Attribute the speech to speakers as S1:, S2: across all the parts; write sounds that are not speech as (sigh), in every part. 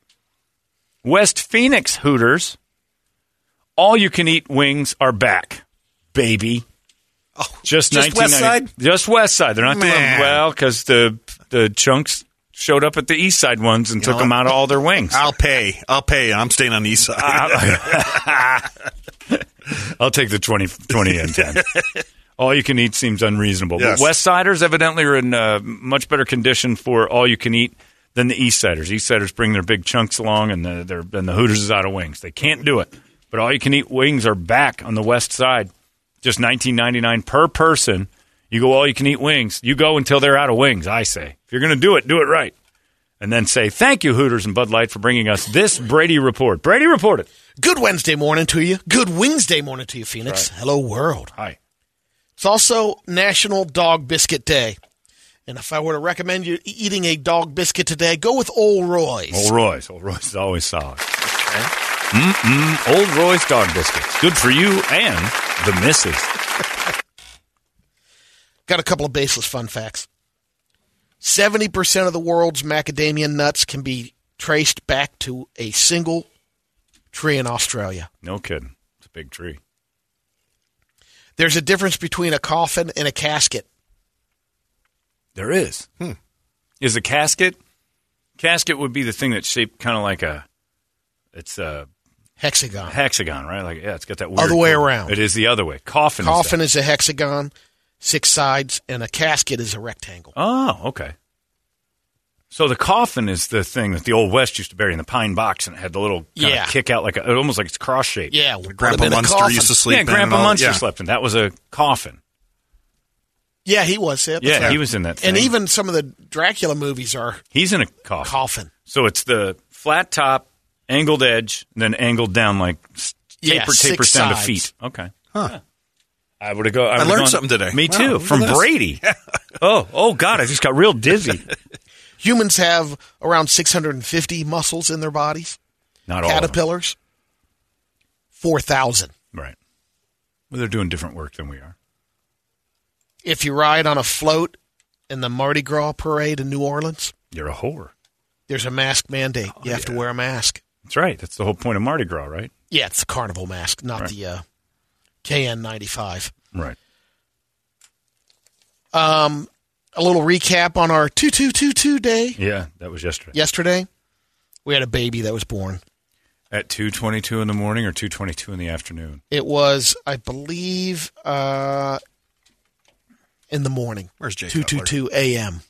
S1: West Phoenix Hooters, all you can eat wings are back, baby.
S2: Oh, just
S1: just 1990
S2: West Side?
S1: Just West Side. They're not doing
S2: Man.
S1: well because the, the chunks showed up at the East Side ones and took
S2: know
S1: them
S2: what?
S1: out of all their wings.
S2: I'll pay. I'll pay. I'm staying on the east side.
S1: Ah, (laughs) I'll take the 20, 20 and 10. all you can eat seems unreasonable.
S2: Yes.
S1: But West Siders evidently are in uh, much better condition for all you can eat than the East Siders. East Siders bring their big chunks along, and the, their, and the Hooters is out of wings. They can't do it. But all you can eat wings are back on the West Side. Just nineteen ninety nine per person. You go all you can eat wings. You go until they're out of wings. I say, if you're going to do it, do it right. And then say thank you, Hooters and Bud Light, for bringing us this Brady report. Brady report it.
S3: Good Wednesday morning to you. Good Wednesday morning to you, Phoenix. Hello, world.
S1: Hi.
S3: It's also National Dog Biscuit Day. And if I were to recommend you eating a dog biscuit today, go with Old Roy's.
S1: Old Roy's. Old Roy's is always solid. Mm-mm. Old Roy's dog biscuits. Good for you and the missus.
S3: Got a couple of baseless fun facts. 70% of the world's macadamia nuts can be traced back to a single tree in Australia.
S1: No kidding. It's a big tree.
S3: There's a difference between a coffin and a casket.
S1: There is.
S3: Hmm.
S1: Is a casket? Casket would be the thing that's shaped kind of like a. It's a
S3: Hexagon.
S1: hexagon, right? Like yeah, it's got that weird.
S3: Other way around.
S1: It is the other way. Coffin.
S3: coffin
S1: Is
S3: is a hexagon, six sides, and a casket is a rectangle.
S1: that. oh, okay. So the coffin is the thing that the old West used to bury in the pine box, and it had the little kinda
S3: Yeah.
S1: kick out like a, almost like it's cross shaped.
S3: Yeah, would have
S2: Grandpa
S3: been a
S2: Munster
S3: coffin.
S2: used to sleep.
S1: yeah,
S2: in and
S1: Grandpa
S2: all-
S1: Munster
S2: yeah.
S1: slept in. That was a coffin.
S3: Yeah, he was. Yeah, that's
S1: Yeah,
S3: right.
S1: he was in that. Thing.
S3: And even some of the Dracula movies are
S1: he's in a coffin.
S3: coffin.
S1: So it's the flat top, angled edge, and then angled down like s-
S3: Yeah,
S1: taper tapers
S3: six
S1: down to
S3: sides.
S1: feet. Okay. Huh. I would have go. I, would've
S2: learned
S1: gone-
S2: something today.
S1: Me
S2: Wow,
S1: too,
S2: look at
S1: from
S2: this. (laughs)
S1: Brady. Oh, oh God! I just got real dizzy.
S3: Humans have around 650 muscles in their bodies.
S1: Not all of them.
S3: Caterpillars, 4,000.
S1: right? Well, they're doing different work than we are.
S3: If you ride on a float in the Mardi Gras parade in New Orleans,
S1: You're a whore.
S3: there's a mask mandate.
S1: Oh,
S3: you have to wear a mask.
S1: That's right. That's the whole point of Mardi Gras, right?
S3: Yeah, it's the carnival mask, not
S1: Right.
S3: the uh, KN95.
S1: Right.
S3: Um, a little recap on our 2222 day
S1: Yeah, that was yesterday.
S3: yesterday. We had a baby that was born.
S1: At two twenty-two in the morning or two twenty-two in the afternoon.
S3: It was, I believe, uh, in the morning.
S2: Where's Jay
S3: Two two two a.m.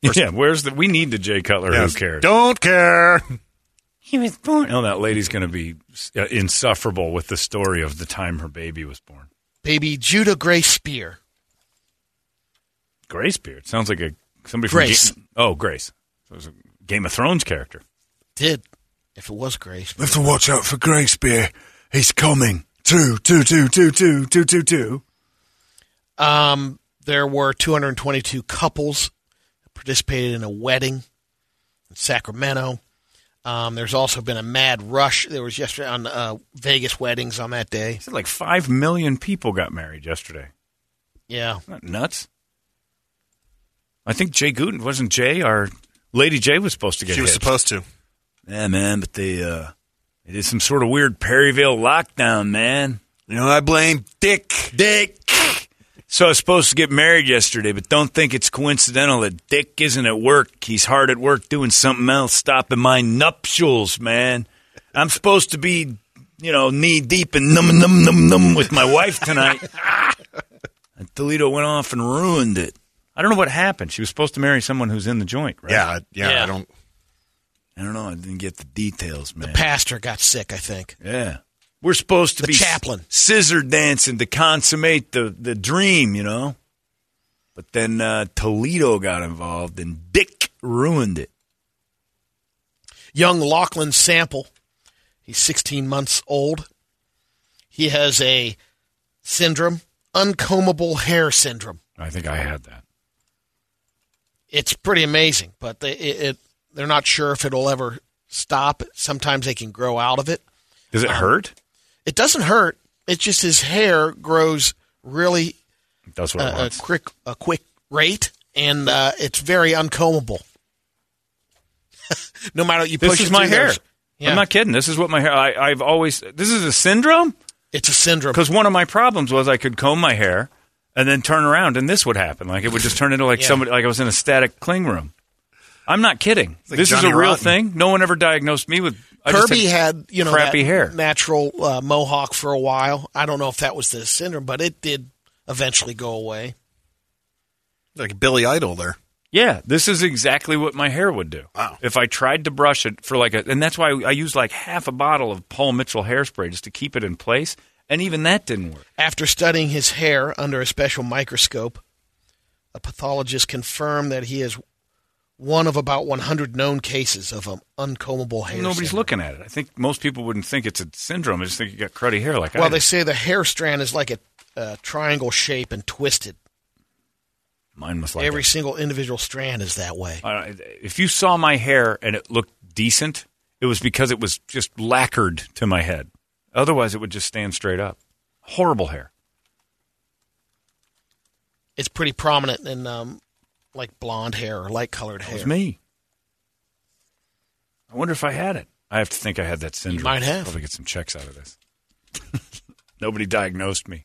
S1: yeah, where's the? We need the Jay Cutler.
S2: Yes.
S1: Who cares?
S2: Don't care.
S1: He was born. Oh, that lady's going to be uh, insufferable with the story of the time her baby was born.
S3: Baby Judah Grace Spear.
S1: Grace Beard sounds like a somebody from
S3: Grace.
S1: Ga- oh, Grace. So it was a Game of Thrones character.
S3: Did if it was Grace?
S4: Have to watch out for Grace Beer. He's coming. Two, two, two, two, two, two, two, two.
S3: Um, there were 222 couples that participated in a wedding in Sacramento. Um, there's also been a mad rush. There was yesterday on uh, Vegas weddings on that day.
S1: He said like five million people got married yesterday.
S3: Yeah,
S1: Isn't that nuts? I think Jay Gooden wasn't Jay. Our Lady Jay was supposed to get.
S2: She was
S1: hitched.
S2: supposed to.
S1: Yeah, man, but they uh, they did some sort of weird Perryville lockdown, man.
S2: You know, I blame Dick.
S1: Dick. So I was supposed to get married yesterday, but don't think it's coincidental that Dick isn't at work. He's hard at work doing something else, stopping my nuptials, man. I'm supposed to be, you know, knee deep in num num num num with my wife tonight. and Toledo went off and ruined it. I don't know what happened. She was supposed to marry someone who's in the joint, right?
S2: Yeah, yeah,
S3: Yeah.
S2: I don't.
S1: I don't know. I didn't get the details, man.
S3: pastor got sick. I think
S1: Yeah. We're supposed to
S3: The
S1: be
S3: chaplain.
S1: scissor dancing to consummate the, the dream, you know? But then uh, Toledo got involved and Dick ruined it.
S3: young Lachlan Sample. He's 16 months old. He has a syndrome, uncombable hair syndrome.
S1: I think I had that.
S3: it's pretty amazing, but they it, it they're not sure if it'll ever stop. Sometimes they can grow out of it.
S1: Does it hurt?
S3: It doesn't hurt. It's just his hair grows really
S1: That's what it
S3: uh,
S1: wants.
S3: a quick a quick rate, and uh, it's very uncombable. (laughs) no matter what you
S1: this
S3: push
S1: is
S3: it
S1: my
S3: through
S1: hair.
S3: those- Yeah,
S1: I'm not kidding. This is what my hair. I, I've always. This is a syndrome?
S3: it's a syndrome.
S1: Because one of my problems was I could comb my hair and then turn around and this would happen. Like it would just turn into like
S3: Yeah.
S1: somebody, like I was in a static cling room. I'm not kidding.
S2: like
S1: this is
S2: Johnny
S1: a real
S2: Rotten.
S1: thing. No one ever diagnosed me with. I just
S3: Kirby had you know
S1: crappy
S3: that
S1: hair.
S3: natural uh, mohawk for a while. I don't know if that was the syndrome, but it did eventually go away.
S2: Like Billy Idol there.
S1: Yeah, this is exactly what my hair would do.
S2: Wow.
S1: If I tried to brush it for like a, and that's why I used like half a bottle of Paul Mitchell hairspray just to keep it in place. And even that didn't work.
S3: After studying his hair under a special microscope, a pathologist confirmed that he is one of about 100 known cases of an uncombable hair.
S1: Nobody's
S3: syndrome.
S1: looking at it. I think most people wouldn't think it's a syndrome. I just think you got cruddy hair like I
S3: Well, they
S1: did.
S3: say the hair strand is like a, uh triangle shape and twisted.
S1: Mine was like
S3: Every
S1: a-
S3: single individual strand is that way.
S1: Uh, if you saw my hair and it looked decent, it was because it was just lacquered to my head. Otherwise, it would just stand straight up. Horrible hair.
S3: It's pretty prominent in um, like blonde hair or light colored hair.
S1: It was me. I wonder if I had it. I have to think I had that syndrome.
S3: might have.
S1: Probably get some checks out of this. (laughs) Nobody diagnosed me.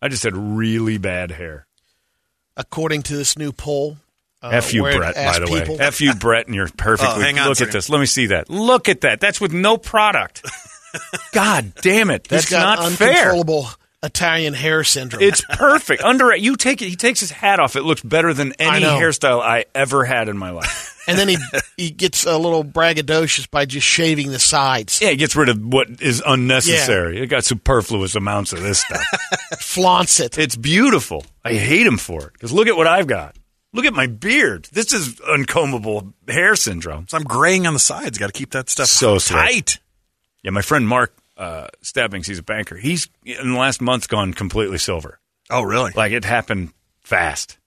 S1: I just had really bad hair.
S3: According to this new poll, uh,
S1: F you,
S3: where it
S1: Brett, by
S3: asked
S1: the way.
S3: people-
S1: F you, Brett, and you're perfectly.
S2: Oh, hang on a
S1: Look at
S2: second.
S1: this. Let me see that. Look at that. That's with no
S3: (laughs)
S1: product. God damn it.
S3: he's
S1: That's
S3: got
S1: not fair.
S3: uncontrollable Italian hair
S1: (laughs)
S3: syndrome.
S1: It's perfect. Under you take it. He takes his hat off. It looks better than
S3: I
S1: any
S3: know.
S1: hairstyle I ever had in my life.
S3: and then he he gets a little braggadocious by just shaving the sides,
S1: (laughs) yeah, it gets rid of what is unnecessary. It got superfluous amounts of this stuff.
S3: flaunts it.
S1: (laughs) it's beautiful. I hate him for it because look at what I've got. Look at my beard. This is uncombable hair syndrome.
S2: So I'm graying on the sides. Got to keep that stuff
S1: So slick.
S2: tight.
S1: Yeah, my friend Mark uh, stabbings. He's a banker. He's in the last month gone completely silver.
S2: Oh, really?
S1: Like it happened fast.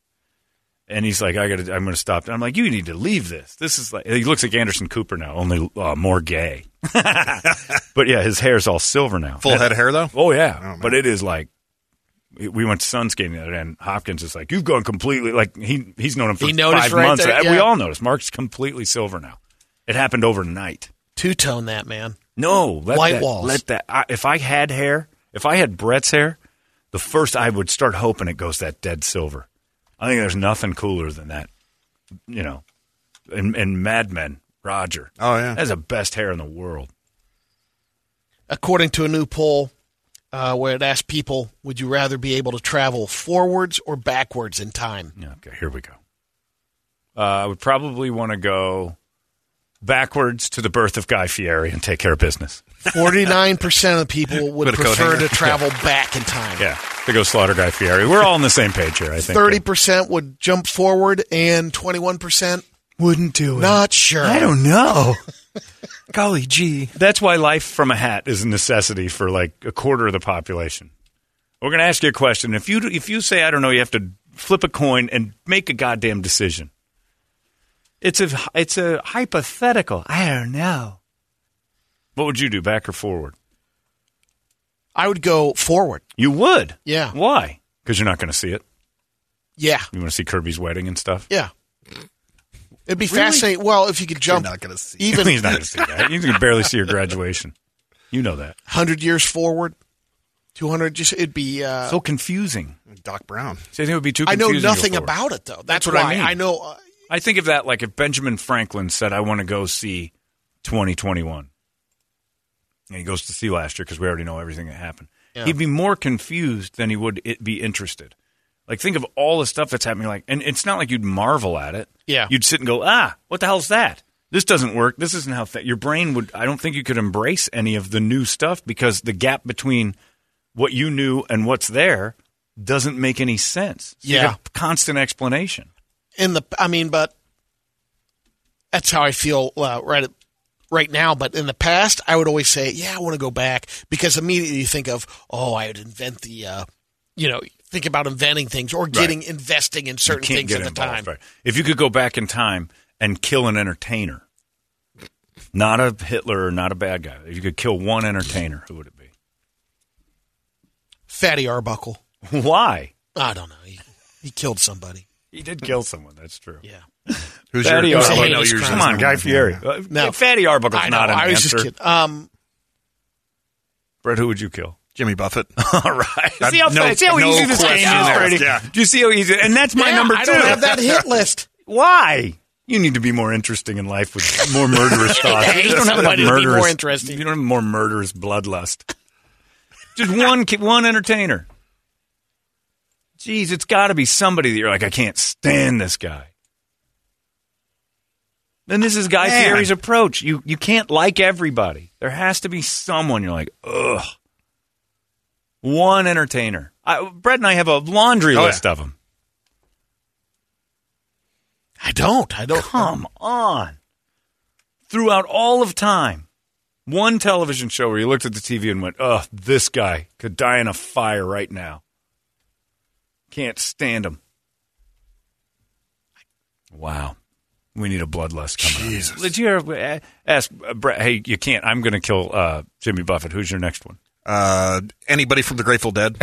S1: And he's like, I gotta, I'm gonna stop. I'm like, you need to leave this. This is like, he looks like Anderson Cooper now, only uh, more
S3: (laughs)
S1: gay. but yeah, his hair's all silver now.
S2: Full head of hair though.
S1: Oh yeah, but it is like we went to Suns game the other day, and Hopkins is like, "You've gone completely like he he's known him for
S3: He noticed
S1: five
S3: right
S1: months.
S3: there,
S1: We
S3: yeah.
S1: all noticed. Mark's completely silver now. It happened overnight.
S3: Two tone that man.
S1: No, let
S3: White
S1: that,
S3: walls.
S1: Let that. I, if I had hair, if I had Brett's hair, the first I would start hoping it goes that dead silver. I think there's nothing cooler than that. You know, and and Mad Men, Roger.
S2: Oh, yeah.
S1: that's the best hair in the world.
S3: According to a new poll, uh, where it asked people, would you rather be able to travel forwards or backwards in time?
S1: Yeah, okay, here we go. Uh, I would probably want to go backwards to the birth of Guy Fieri and take care of business.
S3: Forty-nine percent of
S1: (laughs)
S3: the people would
S2: With a coat
S3: prefer
S2: hanger.
S3: to travel back in time.
S1: Yeah, to go slaughter Guy Fieri. We're all on the same page here, I think.
S3: Thirty percent would jump forward, and twenty-one percent
S4: Wouldn't do it.
S3: not sure.
S4: I don't know.
S2: Golly gee.
S1: That's why life from a hat is a necessity for like a quarter of the population. We're going to ask you a question. If you if you say I don't know, you have to flip a coin and make a goddamn decision. It's a it's a hypothetical.
S4: I don't know.
S1: What would you do, back or forward?
S3: I would go forward.
S1: You would.
S3: Yeah.
S1: Why? Because you're not going to see it.
S3: Yeah,
S1: You want to see Kirby's wedding and stuff. (laughs)
S3: yeah. It'd be fascinating. Well, if you could jump,
S2: not gonna see.
S1: (laughs)
S3: even
S1: He's not going to see that. You can barely see your graduation. You know that.
S3: hundred years forward, two hundred. Just it'd be. Uh,
S1: So confusing.
S2: Doc Brown.
S1: See, I think it would be too
S3: I know
S1: confusing. to go
S3: nothing
S1: forward.
S3: about it though.
S1: That's
S3: That's,
S1: what
S3: why
S1: I mean.
S3: know. Uh,
S1: I think of that like if Benjamin Franklin said, I want to go see 2021. And he goes to see last year because we already know everything that happened. He'd be more confused than he would it be interested. Like, think of all the stuff that's happening. Like, and it's not like you'd marvel at it.
S3: Yeah.
S1: You'd sit and go, ah, what the hell's that? This doesn't work. This isn't how th-. your brain would. I don't think you could embrace any of the new stuff because the gap between what you knew and what's there doesn't make any sense. So you
S3: Yeah.
S1: have constant explanation.
S3: in the I mean, but that's how I feel uh, right right now. But in the past, I would always say, "Yeah, I want to go back," because immediately you think of, "Oh, I would invent the," uh, you know, think about inventing things or getting investing in certain
S1: can't
S3: things
S1: get
S3: at the time.
S1: involved, right. If you could go back in time and kill an entertainer, not a Hitler or not a bad guy, if you could kill one entertainer, who would it be? (laughs)
S3: Fatty Arbuckle.
S1: Why?
S3: I don't know. He, he killed somebody.
S1: He did kill someone. That's true.
S3: Yeah.
S2: Who's
S1: Fatty
S2: your?
S3: Arbuckle.
S2: Oh, I
S3: Hey,
S2: know
S3: it's
S2: yours is
S1: Come on,
S2: number
S1: Guy
S2: one.
S1: Fieri. Uh,
S3: No.
S1: Fatty Arbuckle's
S3: I know.
S1: not an
S3: I was
S1: answer.
S3: just kidding. Um,
S1: Brett, who would you kill? (laughs)
S2: Jimmy Buffett. (laughs)
S1: All right.
S2: Uh,
S1: See how,
S2: no-
S1: fast- see how
S2: no
S1: easy this game
S2: question
S1: is,
S2: there.
S1: Brady?
S2: Yeah.
S1: Do you see how easy? And that's my
S3: yeah,
S1: number two.
S3: I don't have that hit list.
S1: Why? You need to be more interesting in life with more murderous thoughts.
S3: (laughs) Yeah, you don't have
S1: Like
S3: money to be more
S1: murderous-
S3: interesting.
S1: You don't have more murderous bloodlust. Just one, ki- one entertainer. Jeez, it's got to be somebody that you're like, I can't stand this guy. Then this is Guy
S2: Man.
S1: Fieri's approach. You you can't like everybody. There has to be someone you're like, ugh. One entertainer. I, Brett and I have a laundry
S2: Oh,
S1: list
S2: yeah.
S1: of them.
S3: (laughs) I don't. I don't.
S1: Come on. Throughout all of time, one television show where you looked at the TV and went, ugh, this guy could die in a fire right now. Can't stand him. Wow. We need a bloodlust coming Jesus. Did you ever uh, ask uh, Brett, hey, you can't, I'm going to kill uh, Jimmy Buffett. Who's your next one? (laughs)
S2: Uh, anybody from the Grateful Dead?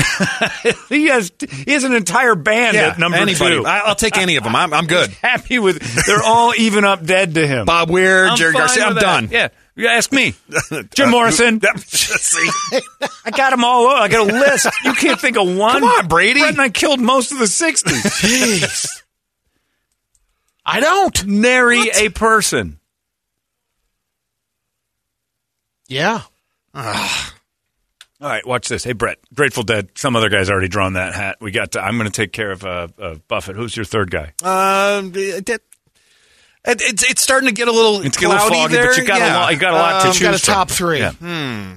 S1: He has, he has an entire band at number
S2: anybody.
S1: two.
S2: I, I'll take any of them. I'm, I'm good.
S1: (laughs) Happy with, they're all even up dead to him.
S2: Bob Weir,
S1: I'm
S2: Jerry
S1: fine
S2: Garcia. I'm
S1: with that.
S2: done. (laughs) Uh,
S1: Yeah. You ask me. Jim Morrison. I got them all over. I got a list. You can't think of one.
S2: Come on, Brady.
S1: Brett and I killed most of
S2: (laughs)
S1: the 60s.
S3: Jeez. I don't.
S1: Nary a person.
S3: Yeah.
S1: All right, watch this. Hey, Brett, Grateful Dead. Some other guy's already drawn that hat. We got. To, I'm going to take care of uh, uh, Buffett. Who's your third guy?
S2: Um, it, it, it's it's starting to get a little
S1: It's a
S2: cloudy
S1: little foggy,
S2: there. Um,
S1: but you got
S2: yeah.
S1: a lot. You got a lot
S2: Hmm.
S3: Um,
S1: to choose.
S3: got a
S1: from.
S3: top three.
S1: Yeah.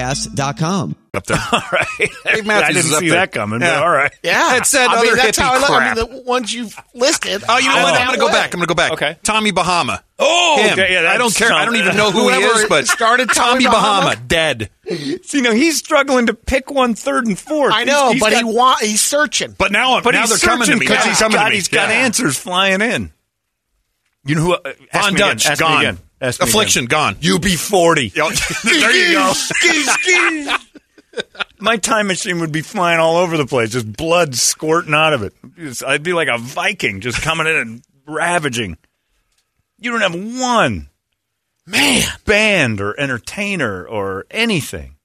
S2: up there. all right. Dave Matthews
S1: I didn't
S2: is up
S1: see
S2: there.
S1: that coming,
S2: Yeah.
S1: but all right.
S3: Yeah,
S2: It said
S3: I
S2: other
S3: mean, that's
S2: hippie
S3: how I, lo-
S2: crap.
S3: I mean, the ones you've listed.
S2: Oh, you know
S3: I
S2: what?
S3: went
S2: I'm going
S3: that
S2: to go
S3: way.
S2: back. I'm going to go back.
S1: Okay.
S2: Tommy Bahama.
S1: Oh,
S2: Him.
S1: okay, yeah,
S2: I don't
S1: that's
S2: care. I don't
S1: something.
S2: even know who
S3: Whoever
S2: he is, but
S3: started Tommy
S2: Tommy Bahama,
S3: Bahama.
S2: dead.
S1: See, now he's struggling to pick one third and fourth.
S3: I know,
S1: He's- he's
S3: but
S1: got-
S3: he wa- he's searching.
S2: But now,
S1: But
S2: now
S1: he's
S2: they're coming to me.
S1: because
S2: Yeah.
S1: he's coming
S2: God,
S1: to me.
S2: He's got
S1: Yeah. answers flying in. You know who? Uh, ask
S2: Von
S1: me again.
S2: Dutch,
S1: Ask me
S2: gone.
S1: again. Ask me
S2: Affliction, gone.
S1: again. UB40. (laughs)
S2: Yo, there you go.
S1: My time machine would be flying all over the place, just blood squirting out of it. I'd be like a Viking just coming in and ravaging. You don't have one
S3: man,
S1: band or entertainer or anything.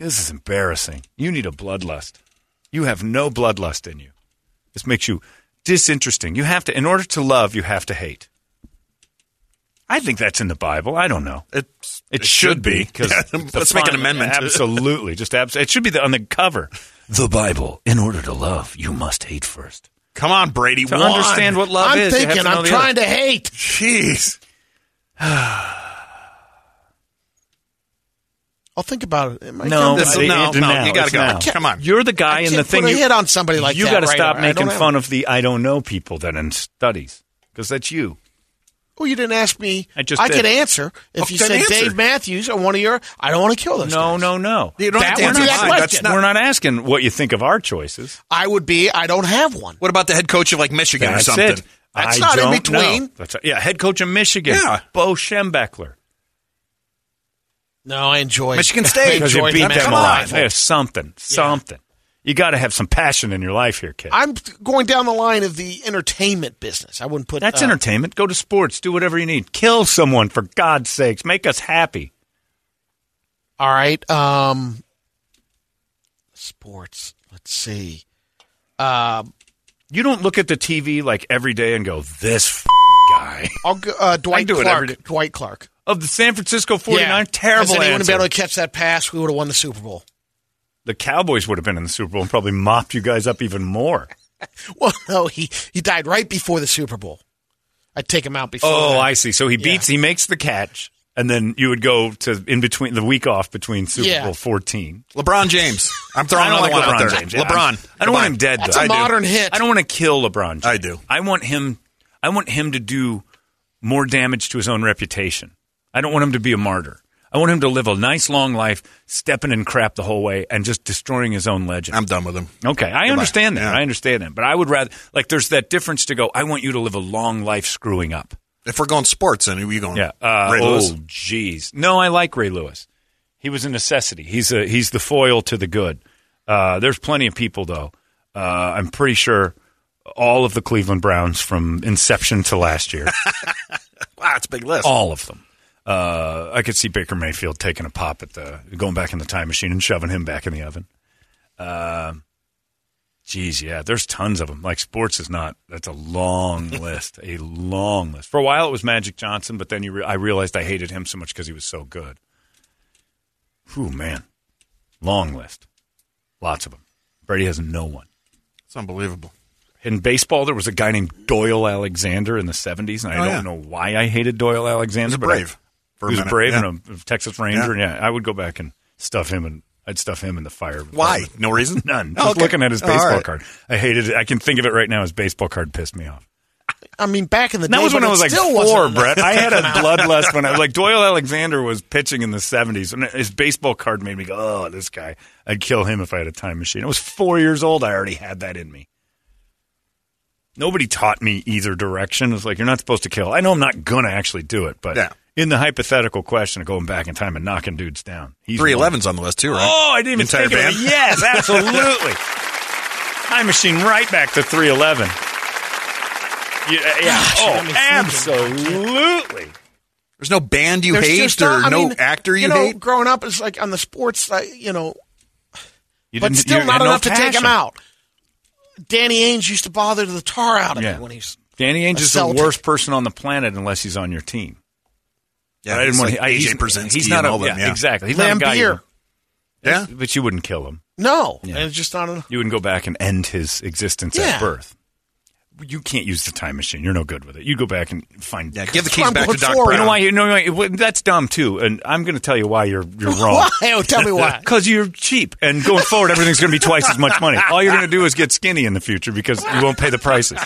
S1: This is embarrassing. You need a bloodlust. You have no bloodlust in you. This makes you disinteresting. You have to, in order to love, you have to hate. I think that's in the Bible. I don't know.
S2: It's-
S1: It, should be.
S5: (laughs)
S1: 'cause
S2: Yeah,
S1: the
S2: let's make an
S1: font-
S2: amendment.
S1: Absolutely. Just abs- It should be the, on the cover. The Bible. In order to love, you must hate first.
S2: Come on, Brady.
S1: To understand what love
S3: I'm
S1: is, you have
S3: thinking.
S1: to know
S3: I'm
S1: the
S3: trying
S1: other.
S3: to hate.
S2: Jeez.
S3: I'll think about it. it might
S1: No,
S3: come to
S2: This-
S1: I-
S3: me.
S2: no,
S1: it's
S2: no,
S1: now,
S2: you gotta
S1: it's
S2: go.
S1: now.
S2: Come on.
S1: You're the guy
S3: I
S1: in the
S3: can't
S1: thing.
S3: put a
S1: you-
S3: hit on somebody like
S1: you
S3: that
S1: gotta
S3: right
S1: stop
S3: away. I don't
S1: making
S3: have
S1: fun
S3: it.
S1: of the I don't know people that in studies because that's you.
S3: Oh, you didn't ask me.
S1: I just
S3: I
S1: did.
S3: could answer if
S1: Oh,
S3: you
S1: then
S3: said
S1: answer.
S3: Dave Matthews or one of your. I don't want to kill those.
S1: No,
S3: guys.
S1: no, no.
S2: You don't have to
S1: we're,
S2: answer
S1: not
S2: that
S1: question.
S2: question.
S1: we're not asking what you think of our choices.
S3: I would be. I don't have one.
S2: What about the head coach of like Michigan or
S1: That's
S2: something?
S1: it. I
S3: That's not in
S1: don't
S3: between.
S1: know. That's yeah, head coach of Michigan,
S2: Yeah.
S1: Bo Schembechler.
S3: No, I enjoy
S2: Michigan
S3: (laughs) I
S2: State.
S1: because
S3: enjoy
S1: you beat
S3: that.
S1: them
S3: Come
S1: alive.
S3: on.
S1: There's something, something. You got to have some passion in your life here, kid.
S3: I'm going down the line of the entertainment business. I wouldn't put
S1: That's
S3: uh,
S1: entertainment. Go to sports. Do whatever you need. Kill someone for God's sakes. Make us happy.
S3: All right. Um, sports. Let's see. Um,
S1: You don't look at the TV like every day and go, "This f- guy (laughs)
S3: I'll go, uh, Dwight
S1: do it every
S3: Clark.
S1: day.
S3: Dwight Clark.
S1: of the San Francisco 49
S3: As
S1: terrible."
S3: in he wouldn't
S1: answer.
S3: be able to catch that pass. We would have won the Super Bowl. (laughs)
S1: the Cowboys would have been in the Super Bowl and probably mopped you guys up even more.
S3: Well, no, he he died right before the Super Bowl. I'd take him out before.
S1: Oh,
S3: that.
S1: I see. So he beats, he makes the catch, and then you would go to in between the week off between Super
S3: Yeah.
S1: Bowl 14.
S2: LeBron James. I'm throwing
S1: I don't
S2: another
S1: like
S2: one out
S1: LeBron
S2: there.
S1: James. Yeah, I'm-
S2: LeBron.
S1: I don't want
S2: Goodbye.
S1: him dead,
S3: That's
S1: though.
S3: a modern hit.
S1: I don't want to kill LeBron. James.
S2: I do.
S1: I want him. I want him to do more damage to his own reputation. I don't want him to be a martyr. I want him to live a nice long life, stepping in crap the whole way and just destroying his own legend.
S2: I'm done with him.
S1: okay, I understand that.
S2: Yeah.
S1: I understand that. But I would rather like there's that difference to go. I want you to live a long life screwing up.
S2: If we're going sports, then who are you going?
S1: Yeah. Uh,
S2: Ray
S1: oh,
S2: Lewis?
S1: jeez. No, I like Ray Lewis. He was a necessity. He's a he's the foil to the good. Uh, there's plenty of people though. Uh, I'm pretty sure all of the Cleveland Browns from inception to last year,
S2: Wow, Ah, it's a big list.
S1: all of them. Uh, I could see Baker Mayfield taking a pop at the going back in the time machine and shoving him back in the oven. Um, Geez, yeah, there's tons of them. Like sports is not. That's
S2: (laughs)
S1: a long list, a long list. For a while, it was Magic Johnson, but then you re- I realized I hated him so much because he was so good. Whew, man, long list, lots of them. Brady has no one.
S2: It's unbelievable.
S1: In baseball, there was a guy named Doyle Alexander in the '70s, and I
S2: Oh,
S1: don't
S2: yeah.
S1: know why I hated Doyle Alexander.
S2: He's
S1: but I-
S2: brave. for a
S1: he was
S2: minute.
S1: brave
S2: Yeah.
S1: and a, a Texas Ranger. Yeah. I would go back and stuff him, and I'd stuff him in the fire.
S2: Why? No reason.
S1: (laughs) None.
S2: Oh,
S1: Just
S2: okay.
S1: looking at his
S2: All
S1: baseball
S2: right.
S1: card. I hated it. I can think of it right now. His baseball card pissed me off.
S3: I mean, back in the
S1: And that
S3: day,
S1: was when
S3: but
S1: I
S3: it
S1: was like
S3: still
S1: four,
S3: wasn't enough.
S1: Brett. I had
S3: (laughs)
S1: a bloodlust when I was like Doyle Alexander was pitching in the seventies, and his baseball card made me go, "Oh, this guy! I'd kill him if I had a time machine." I was four years old. I already had that in me. Nobody taught me either direction. It's like you're not supposed to kill. I know I'm not gonna actually do it, but
S2: Yeah.
S1: in the hypothetical question of going back in time and knocking dudes down, he's
S2: Three
S1: one.
S2: elevens on the list too, right?
S1: Oh, I didn't even
S2: Entire
S1: think of
S2: band.
S1: it.
S5: (laughs)
S2: (laughs)
S1: Yes, absolutely. Time machine right back to 311. uh, Yeah, yeah.
S3: Gosh, you got me
S1: oh,
S3: thinking.
S1: absolutely.
S5: There's no band you
S3: There's
S5: hate
S3: just
S5: or
S3: not- I
S5: no
S3: mean,
S5: actor you,
S3: know,
S5: hate.
S3: Growing up is like on the sports side, you know,
S1: You
S3: but
S1: didn't-
S3: still
S1: you
S3: not
S1: had no
S3: enough to take him
S1: passion.
S3: out. Danny Ainge used to bother the tar out of
S1: Yeah.
S3: me when he's.
S1: Danny Ainge
S3: A
S1: is the
S3: Celtic.
S1: worst person on the planet unless he's on your team. I
S5: Yeah,
S1: didn't
S5: it's
S1: want
S5: like
S1: I-
S5: AJ
S1: he's-
S5: Brzezinski
S1: He's not
S5: and
S1: a,
S5: all them. Yeah,
S1: exactly. He's not a guy. you-
S3: Lambier.
S5: Yeah.
S1: but you wouldn't kill him.
S3: No,
S1: Yeah.
S3: and it's just not enough. (laughs)
S1: You wouldn't go back and end his existence
S3: Yeah.
S1: at birth. You can't use the time machine. You're no good with it. You go back and find.
S5: Yeah, give the
S3: That's
S5: keys
S3: what
S5: back
S3: I'm
S5: to Doc
S3: going for.
S1: You
S5: Brown.
S1: know
S5: (laughs)
S1: why? You know why- well, that's dumb too. And I'm going to tell you why you're (laughs) you're wrong.
S3: Why? Oh, tell
S1: (laughs)
S3: me why.
S1: Because you're cheap, and going forward, everything's going to be twice as much money. All you're going to do is get skinny in the future because you won't pay the prices.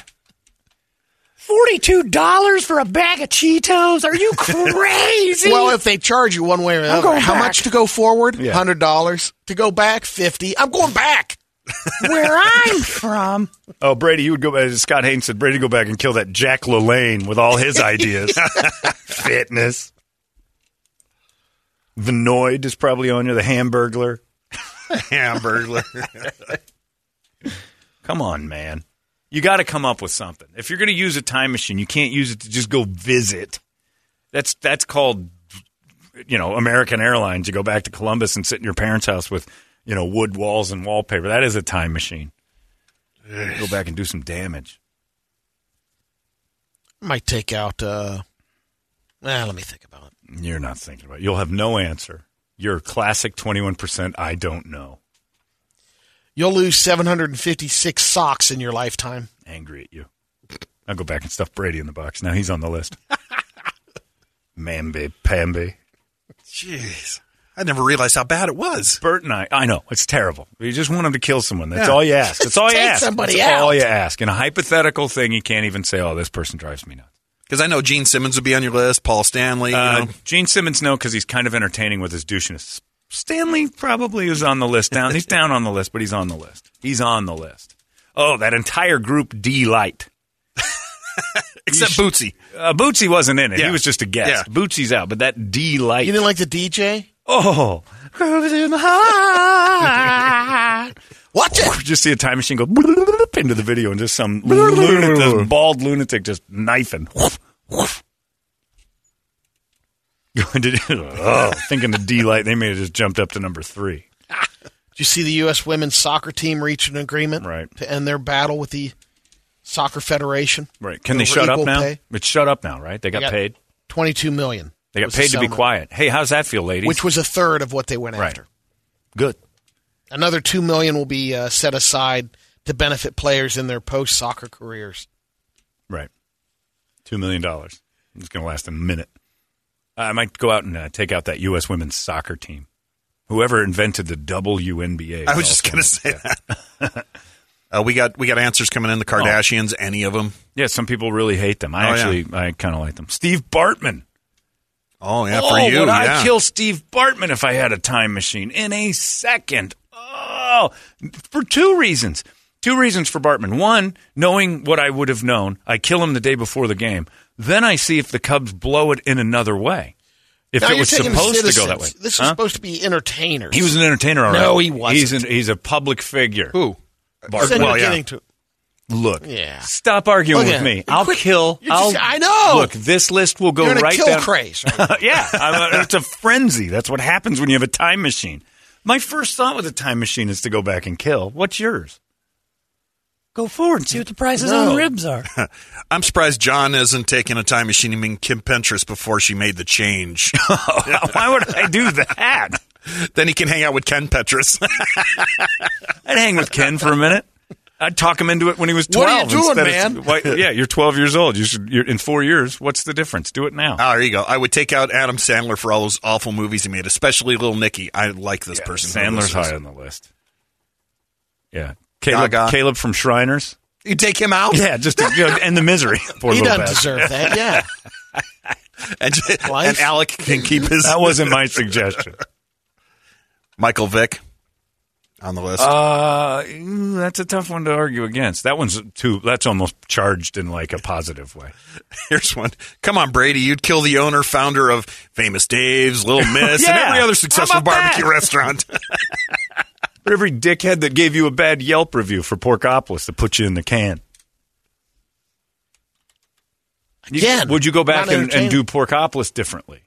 S6: Forty-two dollars for a bag of Cheetos? Are you crazy?
S3: Well, if they charge you one way or the
S6: I'm
S3: other,
S6: going
S3: how
S6: back.
S3: much to go forward?
S1: Yeah.
S3: Hundred dollars to go back, fifty. I'm going back.
S6: where I'm from,
S1: (laughs) Oh, Brady, you would go back. Scott Haynes said Brady go back and kill that Jack LaLanne with all his (laughs) ideas. Fitness. The Noid is probably on you, the Hamburglar.
S5: Hamburglar.
S1: Come on, man. You got to come up with something. If you're going to use a time machine, you can't use it to just go visit. That's that's called you know, American Airlines. You go back to Columbus and sit in your parents' house with, you know, wood walls and wallpaper. That is a time machine. Go back and do some damage.
S3: Might take out. uh eh, Let me think about it.
S1: You're not thinking about it. You'll have no answer. You're classic 21%. I don't know.
S3: You'll lose seven hundred and fifty-six socks in your lifetime.
S1: Angry at you. I'll go back and stuff Brady in the box. Now he's on the list. Mamby Pamby.
S5: Jeez. I never realized how bad it was.
S1: Bert and I, I know, it's terrible. You just want him to kill someone. That's
S5: Yeah.
S1: all you ask. That's all you
S3: Take
S1: ask.
S3: somebody
S1: That's all
S3: out.
S1: you ask. In a hypothetical thing, you can't even say, oh, this person drives me nuts.
S5: Because I know Gene Simmons would be on your list, Paul Stanley. you
S1: Uh,
S5: know.
S1: Gene Simmons, no, because he's kind of entertaining with his douchiness. Stanley probably is on the list down. He's down on the list, but he's on the list. He's on the list. Oh, that entire group D light.
S5: Except Bootsy.
S1: Uh, Bootsy wasn't in it.
S5: Yeah.
S1: He was just a guest.
S5: Yeah.
S1: Bootsy's out, but that D light.
S3: You didn't like the DJ?
S1: oh, Groove in the (laughs) heart.
S3: Watch it.
S1: just see a time machine go (laughs) into the video, and just some lunatic, this bald lunatic, just knifing. (laughs) Did you- oh, thinking the D light, they may have just jumped up to number three.
S3: Did you see the U.S. women's soccer team reach an agreement
S1: Right.
S3: to end their battle with the Soccer Federation?
S1: Right? Can they
S3: Over
S1: shut up
S3: equal
S1: now?
S3: pay?
S1: It's shut up now, right? They got
S3: got-
S1: paid.
S3: Twenty-two million.
S1: They got
S3: was
S1: paid
S3: the
S1: to be
S3: settlement,
S1: quiet. Hey, how's that feel, ladies?
S3: which was a third of what they went
S1: Right.
S3: after.
S1: good.
S3: Another two million will be uh, set aside to benefit players in their post-soccer careers.
S1: Right. Two million dollars. It's going to last a minute. I might go out and uh, take out that U.S. women's soccer team. Whoever invented the WNBA.
S5: I was just
S1: also-
S5: going to say
S1: Yeah. Oh.
S5: that. (laughs) uh, we got we got answers coming in. The Kardashians, any of them?
S1: Yeah, some people really hate them. I
S5: Oh, yeah.
S1: actually, I kind of like them. Steve Bartman.
S5: Oh yeah,
S1: oh,
S5: for you.
S1: would
S5: yeah.
S1: I kill Steve Bartman if I had a time machine in a second? Oh, for two reasons. Two reasons for Bartman. One, knowing what I would have known, I kill him the day before the game. Then I see if the Cubs blow it in another way. If
S3: Now
S1: it
S3: you're
S1: was
S3: taking
S1: supposed to go
S3: citizens.
S1: that way.
S3: This
S1: Huh?
S3: is supposed to be entertainers.
S1: He was an entertainer, all right.
S3: No, he wasn't.
S1: He's, an, he's a public figure.
S5: Who?
S3: Well,
S1: Bartman.
S5: Well, yeah.
S3: getting to
S1: Look,
S3: Yeah.
S1: stop arguing
S3: Look
S1: with
S3: at
S1: me.
S3: him.
S1: I'll kill.
S3: You're
S1: I'll-
S3: just- I know.
S1: Look, this list will go
S3: you're in a
S1: right
S3: kill
S1: down.
S3: craze.
S1: (laughs)
S6: (laughs)
S3: Right?
S1: Uh, yeah, I'm a- it's a frenzy. That's what happens when you have a time machine. My first thought with a time machine is to go back and kill. What's yours?
S6: go forward and see what the prices
S3: No.
S6: on ribs are.
S5: I'm surprised John isn't taking a time machine. I mean, Kim Pinterest before she made the change. (laughs)
S1: (laughs) Why would I do that?
S5: then he can hang out with Ken Petras.
S1: I'd hang with Ken for a minute. I'd talk him into it when he was
S3: What are you
S1: twelve.
S3: doing,
S1: instead of-
S3: man?
S1: why- yeah, you're twelve years old. You should. You're, in four years, what's the difference? Do it now.
S5: oh, there you go. I would take out Adam Sandler for all those awful movies he made, especially Little Nicky. I like this
S1: Yeah,
S5: person.
S1: Sandler's
S5: Who this
S1: high
S5: is.
S1: on the list. Yeah, Caleb.
S5: Gaga.
S1: Caleb from
S3: (laughs)
S1: Shriners.
S5: You take him out,
S1: Yeah, just to, you know, end the misery. (laughs) Poor
S3: He
S1: little
S3: doesn't
S1: bastard.
S3: (laughs) deserve that.
S1: (laughs)
S3: Yeah,
S5: and, and
S3: Life.
S5: Alec can keep his
S1: That wasn't my suggestion.
S5: Michael Vick on the list.
S1: Uh, ooh, that's a tough one to argue against. That one's too. That's almost charged in like a positive way.
S5: Here's one. Come on, Brady. You'd kill the owner, founder of Famous
S1: (laughs)
S5: Dave's, Little Miss, and
S1: Yeah.
S5: every
S1: How
S5: other successful
S1: about
S5: barbecue
S1: that? (laughs)
S5: restaurant.
S1: But every dickhead that gave you a bad Yelp review for Porkopolis to put you in the can.
S3: Again,
S1: would you go back
S3: not
S1: and, and
S3: entertaining.
S1: do Porkopolis differently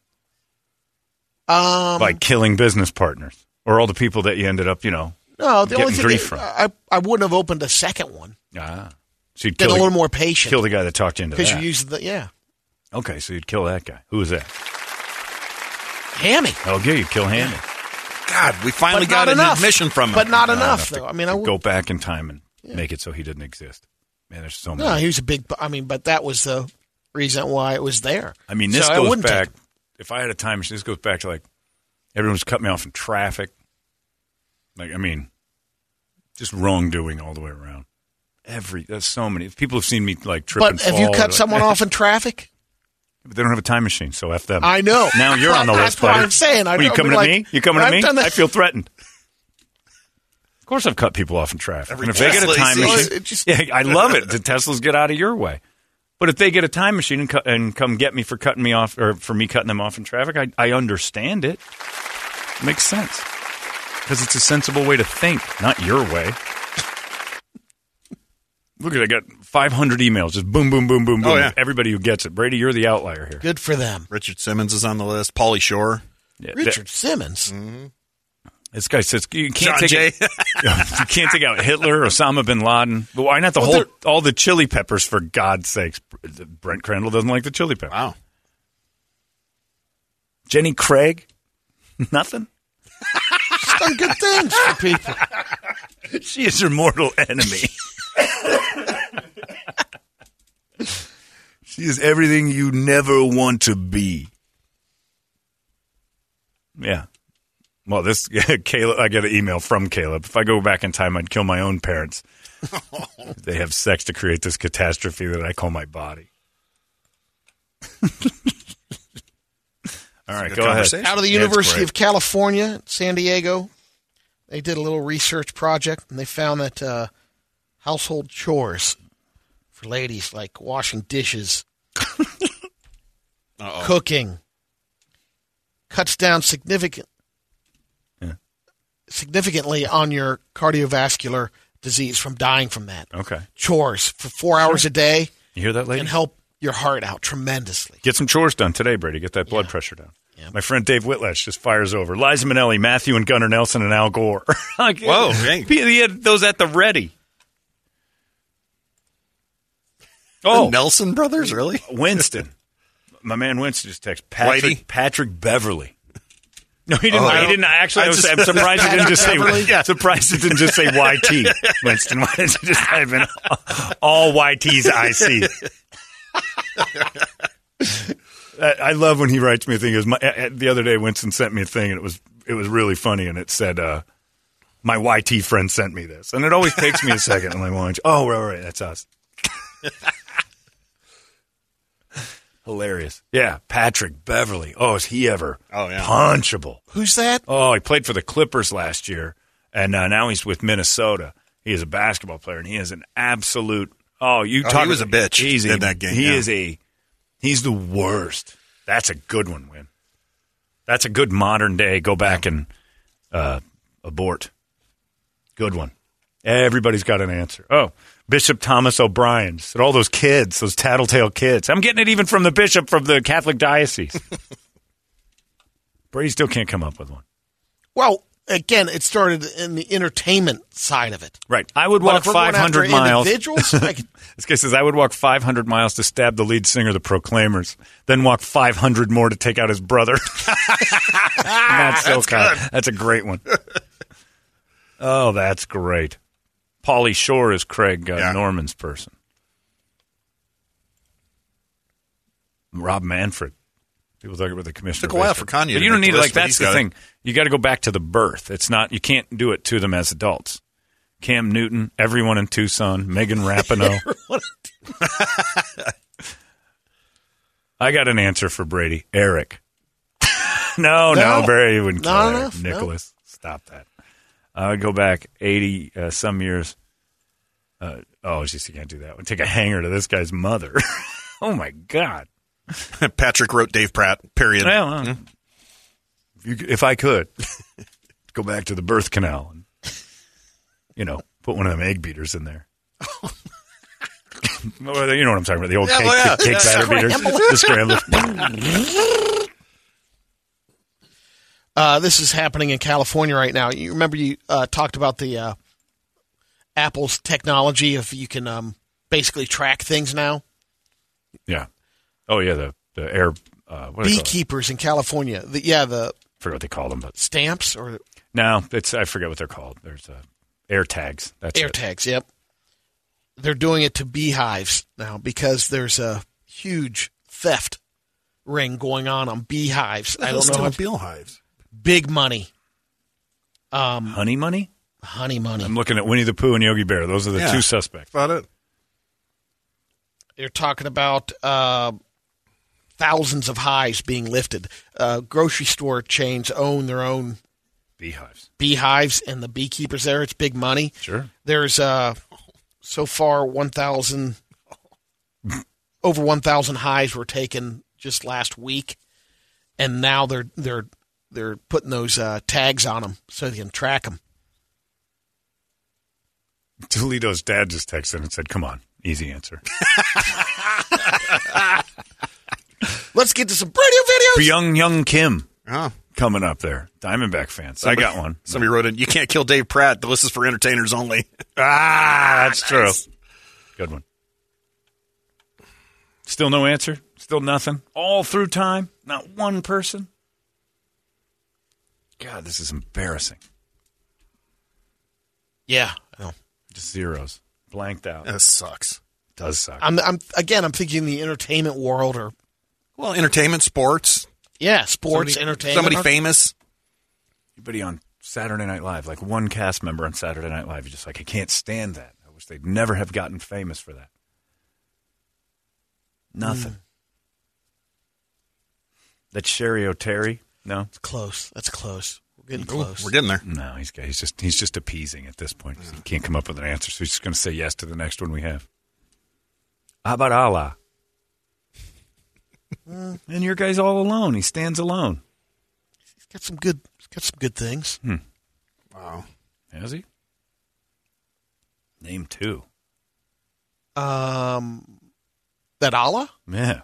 S3: Um,
S1: by killing business partners or all the people that you ended up, you know,
S3: no, the
S1: getting
S3: only thing
S1: grief from?
S3: that- I I wouldn't have opened a second one.
S1: ah, so you'd
S3: Get
S1: kill
S3: a
S1: the-
S3: little more patient.
S1: Kill the guy that talked you into
S3: Because you're
S1: that.
S3: using the yeah,
S1: okay, so you'd kill that guy. Who was that?
S3: hammy.
S1: Okay, you'd kill Handy.
S5: God, we finally
S3: But
S5: got
S3: not
S5: an
S3: enough.
S5: admission from him.
S3: But not
S1: Not
S3: enough,
S1: to-
S3: though. I mean, I
S1: to
S3: would,
S1: go back in time and make it so he didn't exist. Man, there's so many.
S3: no. He was a big. I mean, but that was the reason why it was there.
S1: I mean, this
S3: So I
S1: goes
S3: wouldn't take
S1: back.
S3: it.
S1: If I had a time machine, this goes back to like everyone's cut me off in traffic. Like, I mean, just wrongdoing all the way around. Every that's so many people have seen me like trip. and
S3: But if you
S1: fall,
S3: cut
S1: like- (laughs)
S3: someone off in traffic,
S1: but they don't have a time machine, so f them.
S3: I know.
S1: Now you're on the
S3: That's
S1: list,
S3: what
S1: buddy.
S3: I'm saying. I
S1: Well, you
S3: know,
S1: coming
S3: like,
S1: at me? You coming at
S3: I've
S1: me?
S3: done that-
S1: I feel threatened. Of course, I've cut people off in traffic.
S5: Every
S1: and if they get a
S5: Tesla he
S1: time
S5: sees.
S1: machine,
S3: It just-
S1: yeah, I love it. The Teslas get out of your way. But if they get a time machine and, cut and come get me for cutting me off or for me cutting them off in traffic, I, I understand it. makes sense because it's a sensible way to think, not your way. Look at I got 500 emails, just boom, boom, boom, boom, boom.
S5: Oh, yeah.
S1: Everybody who gets it, Brady, you're the outlier here.
S3: good for them.
S5: Richard Simmons is on the list. Paulie Shore.
S1: Yeah,
S3: Richard Simmons.
S1: that- this guy says you can't
S5: John
S1: take
S5: Jay.
S1: It, (laughs) you can't take out Hitler, Osama bin Laden. But why not the
S3: Well,
S1: whole
S3: they're-
S1: all the Chili Peppers? For God's sakes, Brent Crandall doesn't like the Chili Peppers.
S5: (laughs) wow.
S1: Jenny Craig, (laughs) nothing.
S3: He's done good things for people.
S1: She is her mortal enemy. she is everything you never want to be. Yeah. Well, this (laughs) Caleb, I get an email from Caleb. If I go back in time, I'd kill my own parents. they have sex to create this catastrophe that I call my body. All right,
S5: Good
S1: go ahead.
S5: conversation.
S3: Out of the
S1: Yeah, it's
S3: University
S1: great.
S3: of California, San Diego, they did a little research project and they found that uh, household chores for ladies like washing
S1: (laughs)
S3: dishes, cooking, cuts down significant
S1: Yeah.
S3: significantly on your cardiovascular disease from dying from that.
S1: Okay,
S3: Chores for four hours a day
S1: you hear that, lady?
S3: can help your heart out tremendously.
S1: Get some chores done today, Brady. Get that blood pressure down. My friend Dave Whitlatch just fires over. Liza Minnelli, Matthew and Gunnar Nelson, and Al Gore. (laughs) like,
S5: Whoa, hey.
S1: He he had those at the ready. Oh,
S5: The Nelson brothers, really?
S1: Winston. My man Winston just texted Patrick,
S5: Whitey?
S1: Patrick Beverly. No, he didn't.
S5: Oh, I
S1: he
S5: don't-
S1: didn't actually. I
S5: I
S1: was,
S5: just-
S1: I'm surprised it didn't just say.
S5: (laughs)
S3: Beverly?
S1: Yeah. Surprised it didn't just say YT. Winston, why did you just type in all, all YTs I see? I I love when he writes me a thing. It was my, uh, uh, the other day, Winston sent me a thing, and it was it was really funny, and it said, uh, "My YT friend sent me this," and it always takes me a second. I'm like, well, "Oh, right, right, that's us." Hilarious. Yeah, Patrick Beverly. Oh, is he ever
S5: Oh, yeah.
S1: punchable?
S3: Who's that?
S1: Oh, he played for the Clippers last year, and uh, now he's with Minnesota. He is a basketball player, and he is an absolute. Oh, you
S5: Oh,
S1: talk.
S5: he was a bitch
S1: He's
S5: in
S1: a-
S5: that game,
S1: He
S5: yeah.
S1: is a. He's the worst. That's a good one, Win. That's a good modern day. Go back and uh, abort. Good one. Everybody's got an answer. Oh, Bishop Thomas O'Brien said all those kids, those tattletale kids. I'm getting it even from the bishop from the Catholic
S5: (laughs)
S1: diocese. Brady still can't come up with one.
S3: Well, again, it started in the entertainment side of it.
S1: Right. I would
S3: But
S1: walk
S3: if we're going
S1: 500
S3: after
S1: miles. (laughs)
S3: Individuals, like,
S1: This guy says, I would walk 500 miles to stab the lead singer of the Proclaimers, then walk 500 more to take out his brother. (laughs) that's so kind. That's a great one. oh, that's great. Paulie Shore is Craig uh,
S5: Yeah.
S1: Norman's person. Rob Manfred. People talk about the commissioner.
S5: Took a while
S1: of baseball.
S5: for Kanye
S1: But
S5: to
S1: you don't
S5: make
S1: need
S5: the
S1: like
S5: list, but
S1: that's
S5: he's
S1: the
S5: got it.
S1: thing. You got to go back to the birth. It's not you can't do it to them as adults. Cam Newton, everyone in Tucson,
S5: (laughs)
S1: Megan Rapinoe. I got an answer for Brady. Eric. (laughs) no, no,
S3: No.
S1: Brady wouldn't kill
S3: Not
S1: Eric.
S3: enough, no.
S1: Nicholas, stop that. I would go back 80 uh, some years. Uh, oh, geez, you can't do that one. Take a hanger to this guy's mother. (laughs) oh, my God. Oh.
S5: Patrick wrote Dave Pratt, period.
S1: Well, uh, if, you, c- if I could (laughs) go back to the birth canal and, you know, put one of them egg beaters in there. Well, you know what I'm talking about. The old
S5: Yeah,
S1: cake,
S5: well, yeah.
S1: cake batter beaters. The (laughs)
S3: scramblers. Uh, this is happening in California right now. You remember you uh, talked about the uh, Apple's technology of you can um, basically track things now.
S1: Yeah. Oh, yeah, the, the air. Uh, what do they call it?
S3: Beekeepers in California, the, yeah, the
S1: forget what they call them, but
S3: stamps or
S1: no, it's I forget what they're called. There's uh, air tags. That's
S3: air
S1: it.
S3: tags. Yep, they're doing it to beehives now because there's a huge theft ring going on on beehives. I don't know. if-
S4: beehives.
S3: Big money. Um,
S1: Honey money.
S3: honey money.
S1: I'm looking at Winnie the Pooh and Yogi Bear. Those are the
S4: Yeah.
S1: two suspects.
S4: About it.
S3: They're talking about uh, thousands of hives being lifted. Uh, grocery store chains own their own
S1: Beehives.
S3: beehives and the beekeepers there. It's big money.
S1: Sure.
S3: There's uh, so far 1,000, over 1,000 hives were taken just last week, and now they're they're they're putting those uh, tags on them so they can track them.
S1: Toledo's dad just texted and said, "Come on, easy answer." (laughs)
S3: Let's get to some radio videos.
S1: For young young Kim
S5: Oh.
S1: coming up there, Diamondback fans. I got one.
S5: Somebody wrote in, you can't kill Dave Pratt. The list is for entertainers only.
S1: Ah, that's
S5: Nice.
S1: true. Good one. Still no answer. Still nothing. All through time, not one person. God, this is embarrassing.
S3: Yeah, I know.
S1: Just zeros, blanked out.
S5: That sucks.
S1: Does suck.
S3: I'm, I'm again. I'm thinking the entertainment world, or
S5: Well, entertainment, sports,
S3: yeah, sports,
S5: somebody,
S3: entertainment.
S5: somebody
S3: or-
S5: famous.
S1: Everybody on Saturday Night Live, like one cast member on Saturday Night Live, you're just like, I can't stand that. I wish they'd never have gotten famous for that. Nothing. That Sherry O'Terry? No,
S3: It's close. That's close. We're getting
S5: Ooh,
S3: close.
S5: we're getting there.
S1: no, he's he's just he's just appeasing at this point. He can't come up with an answer, so he's just going to say yes to the next one we have. How about Allah? and your guy's all alone. He stands alone.
S3: He's got some good. He's got some good things.
S4: Wow.
S1: Has he? Name two. Hmm.
S3: Um, that Allah
S1: Yeah.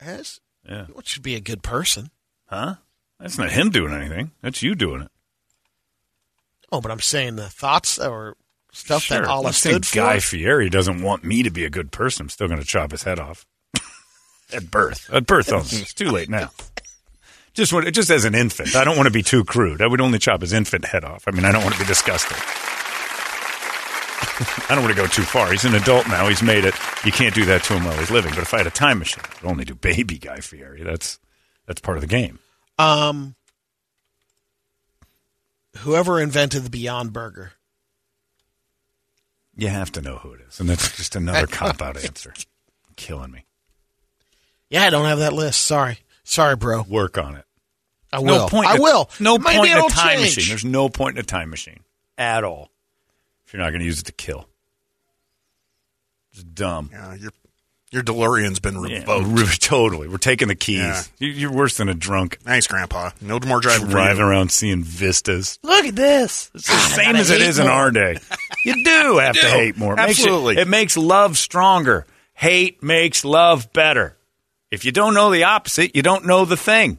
S3: has.
S1: Yeah.
S3: What should be a good person?
S1: Huh? That's not him doing anything. That's you doing it.
S3: Oh, but I'm saying the thoughts or stuff
S1: Sure.
S3: that Allah
S1: I'm saying
S3: stood
S1: Guy
S3: for.
S1: Fieri doesn't want me to be a good person. I'm still going to chop his head
S3: (laughs)
S1: off at birth. At birth, only. it's too late now. Just want, just as an infant, I don't want to be too crude. I would only chop his infant head off. I mean, I don't want to be disgusting. I don't want to go too far. He's an adult now. He's made it. You can't do that to him while he's living. But if I had a time machine, I'd only do baby Guy Fieri. That's that's part of the game.
S3: Um, whoever invented the Beyond Burger.
S1: You have to know who it is, and that's just another
S3: (laughs)
S1: cop out answer. Killing me.
S3: Yeah, I don't have that list. Sorry, sorry, bro.
S1: Work on it.
S3: I
S1: No
S3: will.
S1: point.
S3: I
S1: in a-
S3: will.
S1: No
S3: Maybe
S1: point in a
S3: it'll
S1: time
S3: change.
S1: machine. There's no point in a time machine at all. If you're not going to use it to kill, it's dumb.
S5: Yeah, your your DeLorean's been
S1: Yeah,
S5: revoked.
S1: re- totally. We're taking the keys.
S5: Yeah.
S1: You- You're worse than a drunk
S5: Nice, Grandpa. No more driving. for you.
S1: driving around seeing vistas.
S6: Look at this.
S1: It's uh, the same as it
S3: hate
S1: is in
S3: more.
S1: our (laughs) day. You do have to
S5: do.
S1: hate more. It makes it-
S5: Absolutely.
S1: it makes love stronger. Hate makes love better. If you don't know the opposite, you don't know the thing.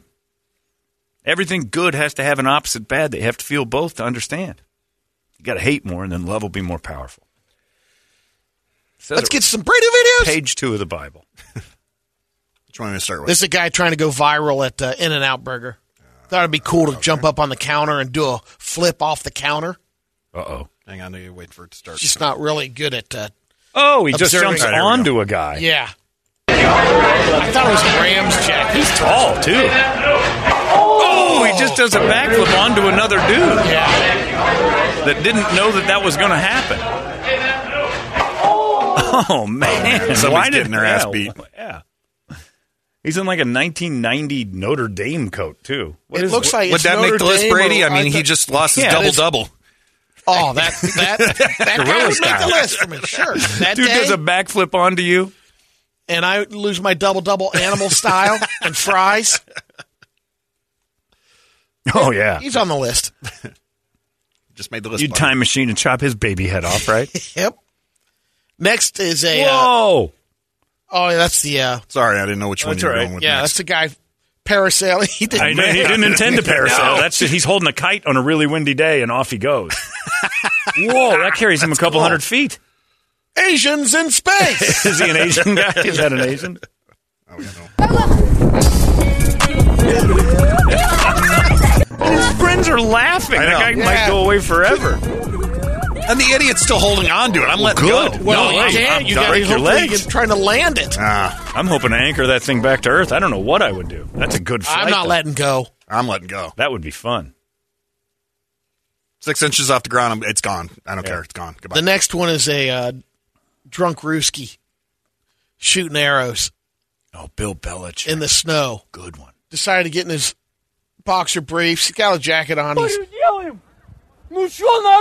S1: Everything good has to have an opposite bad that you have to feel both to understand. You got to hate more, and then love will be more powerful. Says
S3: Let's
S1: it-
S3: get some Brady videos.
S1: page two of the Bible.
S5: Which one am I going to start with?
S3: This is a guy trying to go viral at uh, In and Out Burger. Thought it'd be cool to jump up on the counter and do a flip off the counter.
S1: Uh oh.
S5: Hang on, I need to wait for it to start.
S3: Just not really good at. Uh,
S1: Oh, he just
S3: Observing-
S1: jumps
S3: All right,
S5: here we go.
S1: onto a guy.
S3: yeah. I thought it was Rams Jack. He's tall.
S1: Tall too. Oh, he just does a backflip onto another dude.
S3: Yeah.
S1: that didn't know that that was going to happen. Oh man!
S5: (laughs) Somebody's getting their ass
S1: yeah,
S5: beat.
S1: Yeah, he's in like a 1990 Notre Dame coat too. What
S3: it
S1: is-
S3: looks like
S5: (laughs) Would
S3: it's
S5: that
S3: Notre
S5: make the list,
S3: Dame or-
S5: Brady? I mean, he
S3: thought-
S5: just lost his
S1: Yeah,
S5: double
S1: it is.
S5: double.
S3: Oh, that that
S1: (laughs)
S3: that guy would make the list for me. Sure. That
S1: dude
S3: day,
S1: does a backflip onto you.
S3: and I would lose my double double
S1: (laughs)
S3: animal style and fries.
S1: Oh yeah,
S3: He's on the list.
S5: Just made the list.
S3: (laughs)
S1: you'd time machine and chop his baby head off, right?
S3: Yep. Next is a. uh,
S1: Whoa!
S3: oh, yeah, that's the. Uh,
S5: Sorry, I didn't know which one
S1: That's
S5: you were
S1: all right.
S5: going with.
S3: yeah,
S5: next.
S3: that's the guy parasailing. (laughs) He didn't.
S1: I know, he didn't intend to parasail.
S3: (laughs)
S5: No.
S1: That's just, he's holding a kite on a really windy day, and off he goes. Whoa! That carries him a couple hundred feet.
S3: Asians in space.
S1: Is he an Asian guy? Is that an Asian?
S3: Oh,
S1: His friends are laughing.
S5: I
S1: That
S5: know.
S1: guy might
S3: Yeah.
S1: go away forever.
S5: and the idiot's still holding on to it. I'm letting
S1: good.
S5: go.
S3: well,
S1: No,
S3: you
S1: I'm-
S3: can't.
S1: I'm
S3: You
S1: done.
S3: got
S1: Break your legs.
S3: trying to land it.
S5: Ah,
S1: I'm hoping to anchor that thing back to Earth. I don't know what I would do. That's a good flight.
S3: I'm not
S1: though.
S3: letting go.
S5: I'm letting go.
S1: That would be fun.
S5: Six inches off the ground, I'm- it's gone. I don't care. It's gone. Goodbye.
S3: The next one is a uh, drunk Ruski shooting arrows
S1: Oh, Bill Belich.
S3: in the snow.
S1: good one.
S3: Decided to get in his boxer briefs. He's got a jacket on. He's
S1: It's got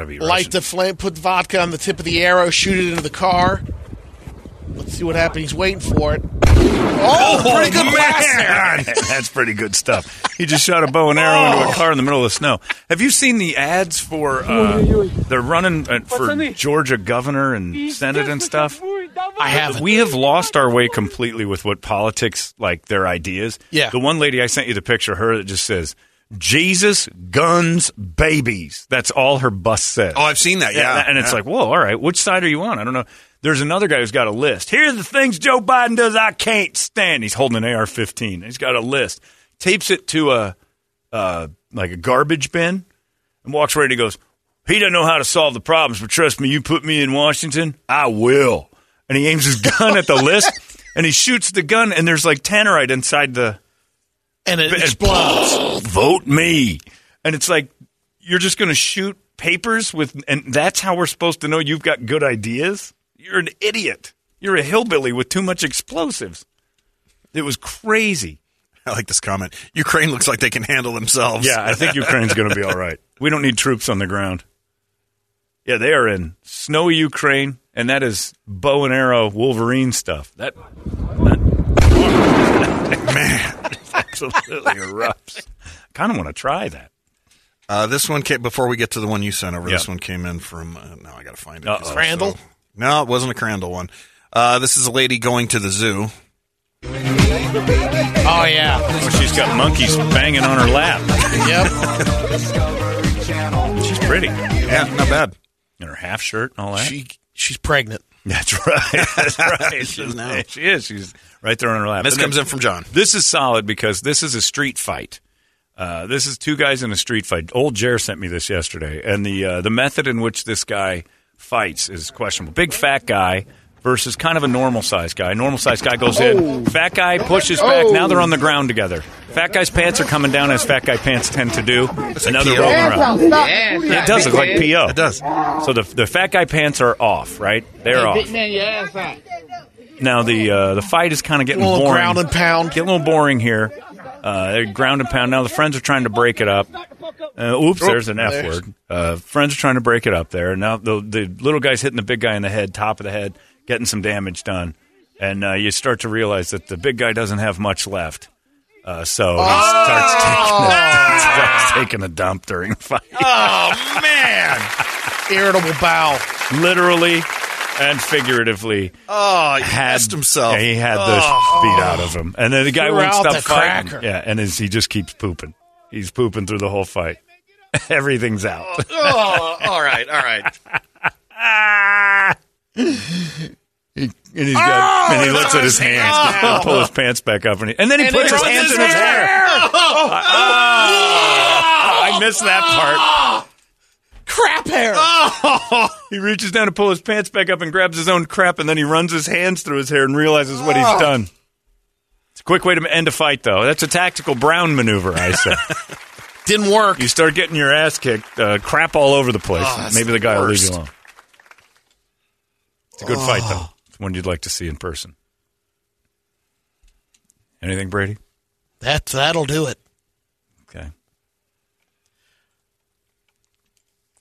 S1: to be
S3: light
S1: Russian.
S3: the flame, put vodka on the tip of the arrow, shoot it into the car. Let's see what happens. He's waiting for it. Oh, pretty good blast
S1: (laughs)
S3: there.
S1: Man, That's pretty good stuff. He just shot a bow and arrow
S3: Oh.
S1: into a car in the middle of the snow. Have you seen the ads for uh, they're running uh, for Georgia governor and senate and stuff?
S3: I haven't.
S1: We have lost our way completely with what politics like their ideas.
S3: Yeah.
S1: The one lady I sent you the picture of her that just says Jesus, guns, babies. That's all her bus says.
S5: Oh, I've seen that. Yeah,
S1: And it's like, whoa, all right, which side are you on? I don't know. There's another guy who's got a list. Here are the things Joe Biden does I can't stand. He's holding an AR 15. He's got a list. Tapes it to a, uh, like a garbage bin and walks right in. He goes, He doesn't know how to solve the problems, but trust me, you put me in Washington, I will. And he aims his (laughs) gun at the list and he shoots the gun, and there's like tannerite inside the
S3: And it
S1: and-
S3: explodes.
S1: vote me. And it's like you're just going to shoot papers with, and that's how we're supposed to know you've got good ideas. You're an idiot. You're a hillbilly with too much explosives. It was crazy.
S5: (laughs) I like this comment. Ukraine looks like they can handle themselves.
S1: Yeah, I think Ukraine's going to be all right. We don't need troops on the ground. Yeah, they are in snowy Ukraine, and that is bow and arrow Wolverine stuff. That, (laughs) that man (laughs) absolutely erupts. Kind of want to try that.
S5: Uh, this one came before we get to the one you sent over. This
S1: Yeah.
S5: one came in from. Uh, now I got to find it.
S1: Uh-oh.
S3: Crandall?
S5: No, it wasn't a Crandall one. Uh, this is a lady going to the zoo.
S3: Oh, yeah.
S1: Well, she's got monkeys banging on her lap.
S3: Yep.
S1: She's pretty. And
S5: Yeah, not bad.
S1: her half shirt and all that.
S3: she, she's pregnant.
S1: (laughs) that's
S5: (laughs)
S1: right. That's right.
S5: is now.
S1: She is. She's right there on her lap.
S5: This
S1: And then-
S5: comes in from John.
S1: This is solid because this is a street fight. Uh, this is two guys in a street fight. Old Jer sent me this yesterday, and the uh, the method in which this guy fights is questionable. Big fat guy versus kind of a normal sized guy. Normal sized guy goes
S5: Oh.
S1: in, fat guy pushes back. Now they're on the ground together. Fat guy's pants are coming down as fat guy pants tend to do.
S5: like
S1: Another
S5: PO.
S1: rolling around.
S7: Yeah,
S1: It does look like PO.
S5: It does.
S1: So the the fat guy pants are off, right? They're off.
S7: man, your ass out.
S1: Now the uh, the fight is kind of getting
S3: A little
S1: boring.
S3: ground and pound.
S1: Get a little boring here. Uh, they're ground and pound. Now the friends are trying to break it up. Uh,
S3: Oh,
S1: oops, there's an F
S3: There's-
S1: word. Uh, friends are trying to break it up there. Now the the little guy's hitting the big guy in the head, top of the head, getting some damage done, and uh, you start to realize that the big guy doesn't have much left. Uh, so he
S3: Oh!
S1: starts taking a,
S3: (laughs)
S1: starts taking a dump during the fight,
S5: Oh man!
S3: Irritable bowel.
S1: literally and figuratively.
S5: Oh, he
S1: had
S5: pissed himself. Oh.
S1: Yeah, he had the beat out of him, and then the guy
S3: Threw
S1: won't
S3: out
S1: stop
S3: the
S1: fighting.
S3: cracker.
S1: Yeah, and is, he just keeps pooping. He's pooping through the whole fight. (laughs) Everything's out.
S5: Oh, all right, all right.
S1: And he's
S3: Oh,
S1: got, and he looks at his hands, He'll pull his pants back up, and, he, and then he
S3: And
S1: puts
S3: it
S1: his
S3: runs
S1: hands
S3: his
S1: in his hair.
S3: (laughs)
S1: Oh,
S3: hair.
S1: I missed that part.
S3: Crap hair.
S1: (laughs) He reaches down to pull his pants back up and grabs his own crap, and then he runs his hands through his hair and realizes what
S3: Oh.
S1: he's done. It's a quick way to end a fight, though. That's a tactical Brown maneuver, I say.
S3: Didn't work.
S1: you start getting your ass kicked, uh, crap all over the place.
S5: Oh, that's
S1: Maybe the,
S5: the
S1: guy will leave you
S5: worst.
S1: alone. It's a good fight, though. It's one you'd like to see in person. Anything, Brady?
S3: That, that'll do it.
S1: Okay.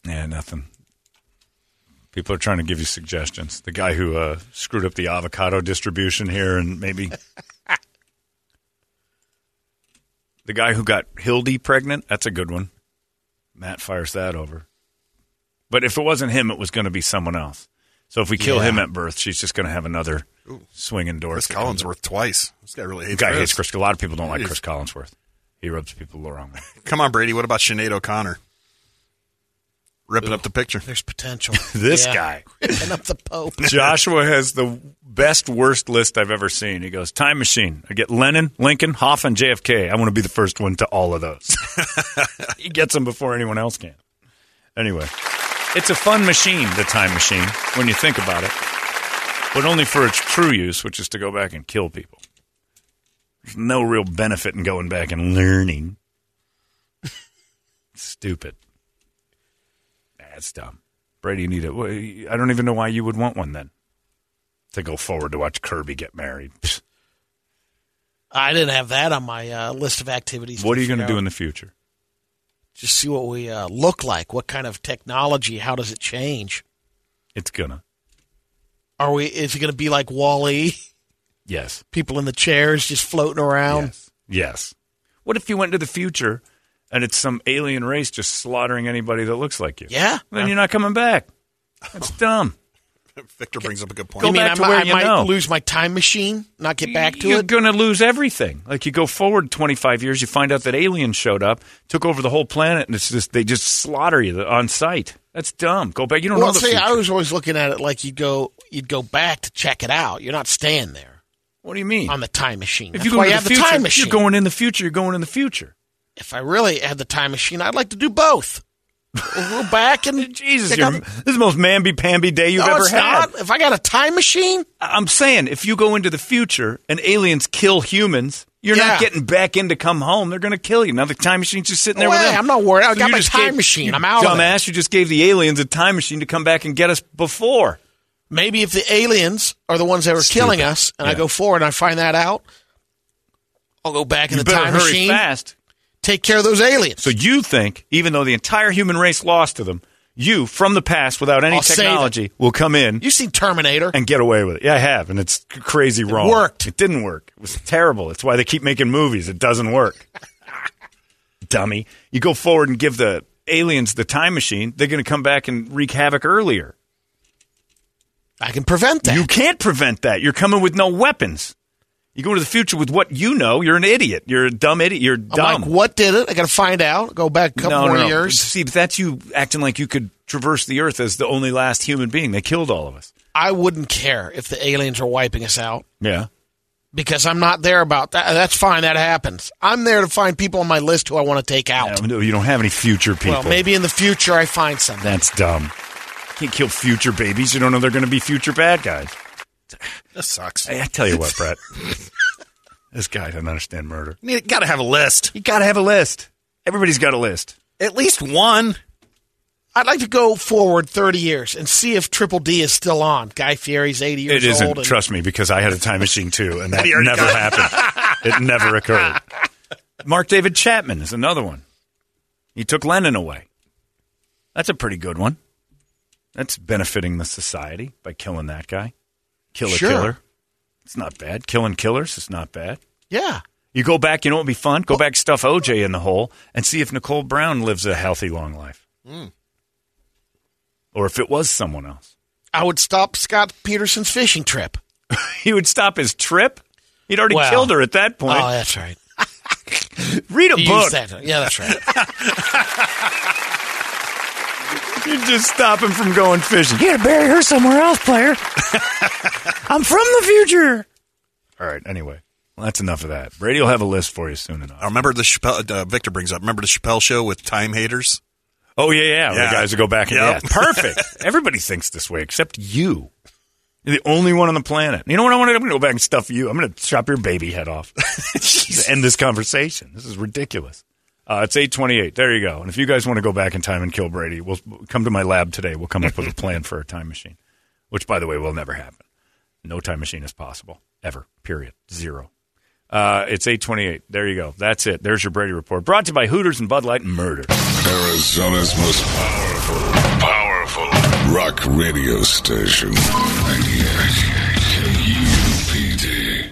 S1: Yeah, nothing. People are trying to give you suggestions. The guy who uh, screwed up the avocado distribution here, and maybe (laughs) the guy who got Hildy pregnant. That's a good one. Matt fires that over. But if it wasn't him, it was going to be someone else. So if we kill
S5: Yeah.
S1: him at birth, she's just going to have another swinging door.
S5: Chris Collinsworth twice. This guy really hates
S1: guy
S5: Chris.
S1: hates Chris. A lot of people don't like
S5: Jeez.
S1: Chris Collinsworth. He rubs people the wrong way.
S5: Come on, Brady. What about Sinead O'Connor? Ripping up the picture.
S3: There's potential.
S1: (laughs) This
S3: Yeah. (laughs)
S1: guy.
S3: Ripping up the Pope.
S1: Joshua has the best worst list I've ever seen. He goes, Time Machine. I get Lennon, Lincoln, Hoffman, JFK. I want to be the first one to all of (laughs) those. he gets them before anyone else can. Anyway, it's a fun machine, the time machine, when you think about it, but only for its true use, which is to go back and kill people. There's no real benefit in going back and (laughs) learning. Stupid. That's dumb. Brady, you need it. Well, I don't even know why you would want one then. To go forward to watch Kirby get married. Pfft.
S3: I didn't have that on my uh, list of activities.
S1: What are you going to
S3: figure
S1: do in
S3: out.
S1: the future?
S3: Just see what we uh, look like. What kind of technology? How does it change?
S1: It's gonna.
S3: Are we? Is it going to be like Wally?
S1: Yes.
S3: People in the chairs just floating around.
S1: Yes. Yes. What if you went to the future and it's some alien race just slaughtering anybody that looks like you?
S3: Yeah.
S1: Then you're not coming back.
S3: (laughs)
S1: That's dumb.
S5: Victor brings up a good point.
S1: Go
S3: you mean
S1: back
S3: I,
S1: to
S3: mi-
S1: where
S3: I
S1: you
S3: might
S1: know.
S3: lose my time machine, not get back to
S1: you're
S3: it?
S1: going to lose everything. Like you go forward 25 years, you find out that aliens showed up, took over the whole planet, and it's just they just slaughter you on sight. That's dumb. Go back. You don't
S3: Well,
S1: know the
S3: see,
S1: future.
S3: I was always looking at it like you'd go, you'd go back to check it out. You're not staying there
S1: what do you mean?
S3: on the time machine.
S1: if
S3: That's
S1: you go
S3: why
S1: to
S3: you
S1: the
S3: have
S1: future,
S3: the time machine.
S1: you're going in the future. You're going in the future.
S3: if I really had the time machine, I'd like to do both. We'll go back
S1: (laughs)
S3: and
S1: Jesus,
S3: check
S1: you're,
S3: out the-
S1: this is the most mamby pamby day you've
S3: No,
S1: ever
S3: it's
S1: had.
S3: not. If I got a time machine,
S1: I'm saying if you go into the future and aliens kill humans, you're not
S3: Yeah.
S1: getting back in to come home. They're going to kill you. Now the time machine's just sitting there.
S3: No
S1: with
S3: way.
S1: them.
S3: I'm not worried. I
S1: So
S3: got
S1: you
S3: my
S1: just
S3: time
S1: gave-
S3: machine.
S1: you
S3: I'm out of
S1: Dumbass, you just gave the aliens a time machine to come back and get us before.
S3: maybe if the aliens are the ones that were killing us, and I
S1: Yeah.
S3: go forward and I find that out, I'll go back in
S1: you
S3: the
S1: better
S3: time
S1: hurry
S3: machine,
S1: fast.
S3: take care of those aliens.
S1: So you think, even though the entire human race lost to them, you from the past without any
S3: I'll save it.
S1: technology will come in
S3: you seen Terminator?
S1: and get away with it. Yeah, I have, and it's c- crazy wrong.
S3: worked.
S1: It didn't work. It was terrible. It's why they keep making movies. It doesn't
S3: (laughs)
S1: work. Dummy. You go forward and give the aliens the time machine, they're going to come back and wreak havoc earlier.
S3: I can prevent that.
S1: You can't prevent that. You're coming with no weapons. You go to the future with what you know. You're an idiot. You're a dumb idiot. You're
S3: I'm
S1: dumb.
S3: like, what did it? I got to find out. Go back a couple more years.
S1: See, but that's you acting like you could traverse the earth as the only last human being. They killed all of us.
S3: I wouldn't care if the aliens are wiping us out
S1: Yeah.
S3: because I'm not there about that. That's fine. That happens. I'm there to find people on my list who I want to take out.
S1: You don't have any future people.
S3: well, maybe in the future I find some.
S1: That's dumb. Can't kill future babies. You don't know they're going to be future bad guys.
S5: This sucks.
S1: Hey, I tell you what, (laughs) Brett. this guy doesn't understand murder.
S5: You got to have a list.
S1: You got to have a list. Everybody's got a list.
S5: At least one.
S3: I'd like to go forward 30 years and see if Triple D is still on. Guy Fieri's 80 years
S1: It isn't.
S3: old. and-
S1: Trust me, because I had a time machine too, (laughs) and that
S5: You already
S1: never happened. It never occurred. (laughs) Mark David Chapman is another one. He took Lennon away. That's a pretty good one. That's benefiting the society by killing that guy. Kill a
S3: Sure.
S1: killer. It's not bad. Killing killers is not bad.
S3: yeah.
S1: You go back, you know what would be fun? Go back, stuff OJ in the hole, and see if Nicole Brown lives a healthy, long life. Or if it was someone else. (laughs)
S3: I would stop Scott Peterson's fishing trip.
S1: He would stop his trip. He'd already
S3: Well-
S1: killed her at that point.
S3: Oh, that's right.
S1: Read (laughs) a
S3: He
S1: book.
S3: used that. Yeah, that's right.
S1: You (laughs) just stop him from going fishing.
S6: You gotta bury her somewhere else,
S1: (laughs)
S6: player. I'm from the future.
S1: All right, anyway. Well, that's enough of that. Brady will have a list for you soon enough.
S5: I remember the Chappelle, uh, Victor brings up. Remember the Chappelle show with time haters?
S1: Oh, yeah, yeah.
S5: Yeah.
S1: The guys will go back and
S5: Yep.
S1: yeah. Perfect.
S5: (laughs)
S1: Everybody thinks this way except you. You're the only one on the planet. You know what I want to do? I'm going to go back and stuff you. I'm going to chop your baby head
S5: (laughs)
S1: off. to end this conversation. This is ridiculous. Uh, it's 828. There you go. And if you guys want to go back in time and kill Brady, we'll come to my lab today. We'll come up
S5: (laughs)
S1: with a plan for a time machine, which, by the way, will never happen. No time machine is possible, ever, period. Zero. Uh, it's 828. There you go. That's it. There's your Brady report. Brought to you by Hooters and Bud Light and Murder.
S7: Arizona's most powerful, powerful rock radio station. 98 KUPD.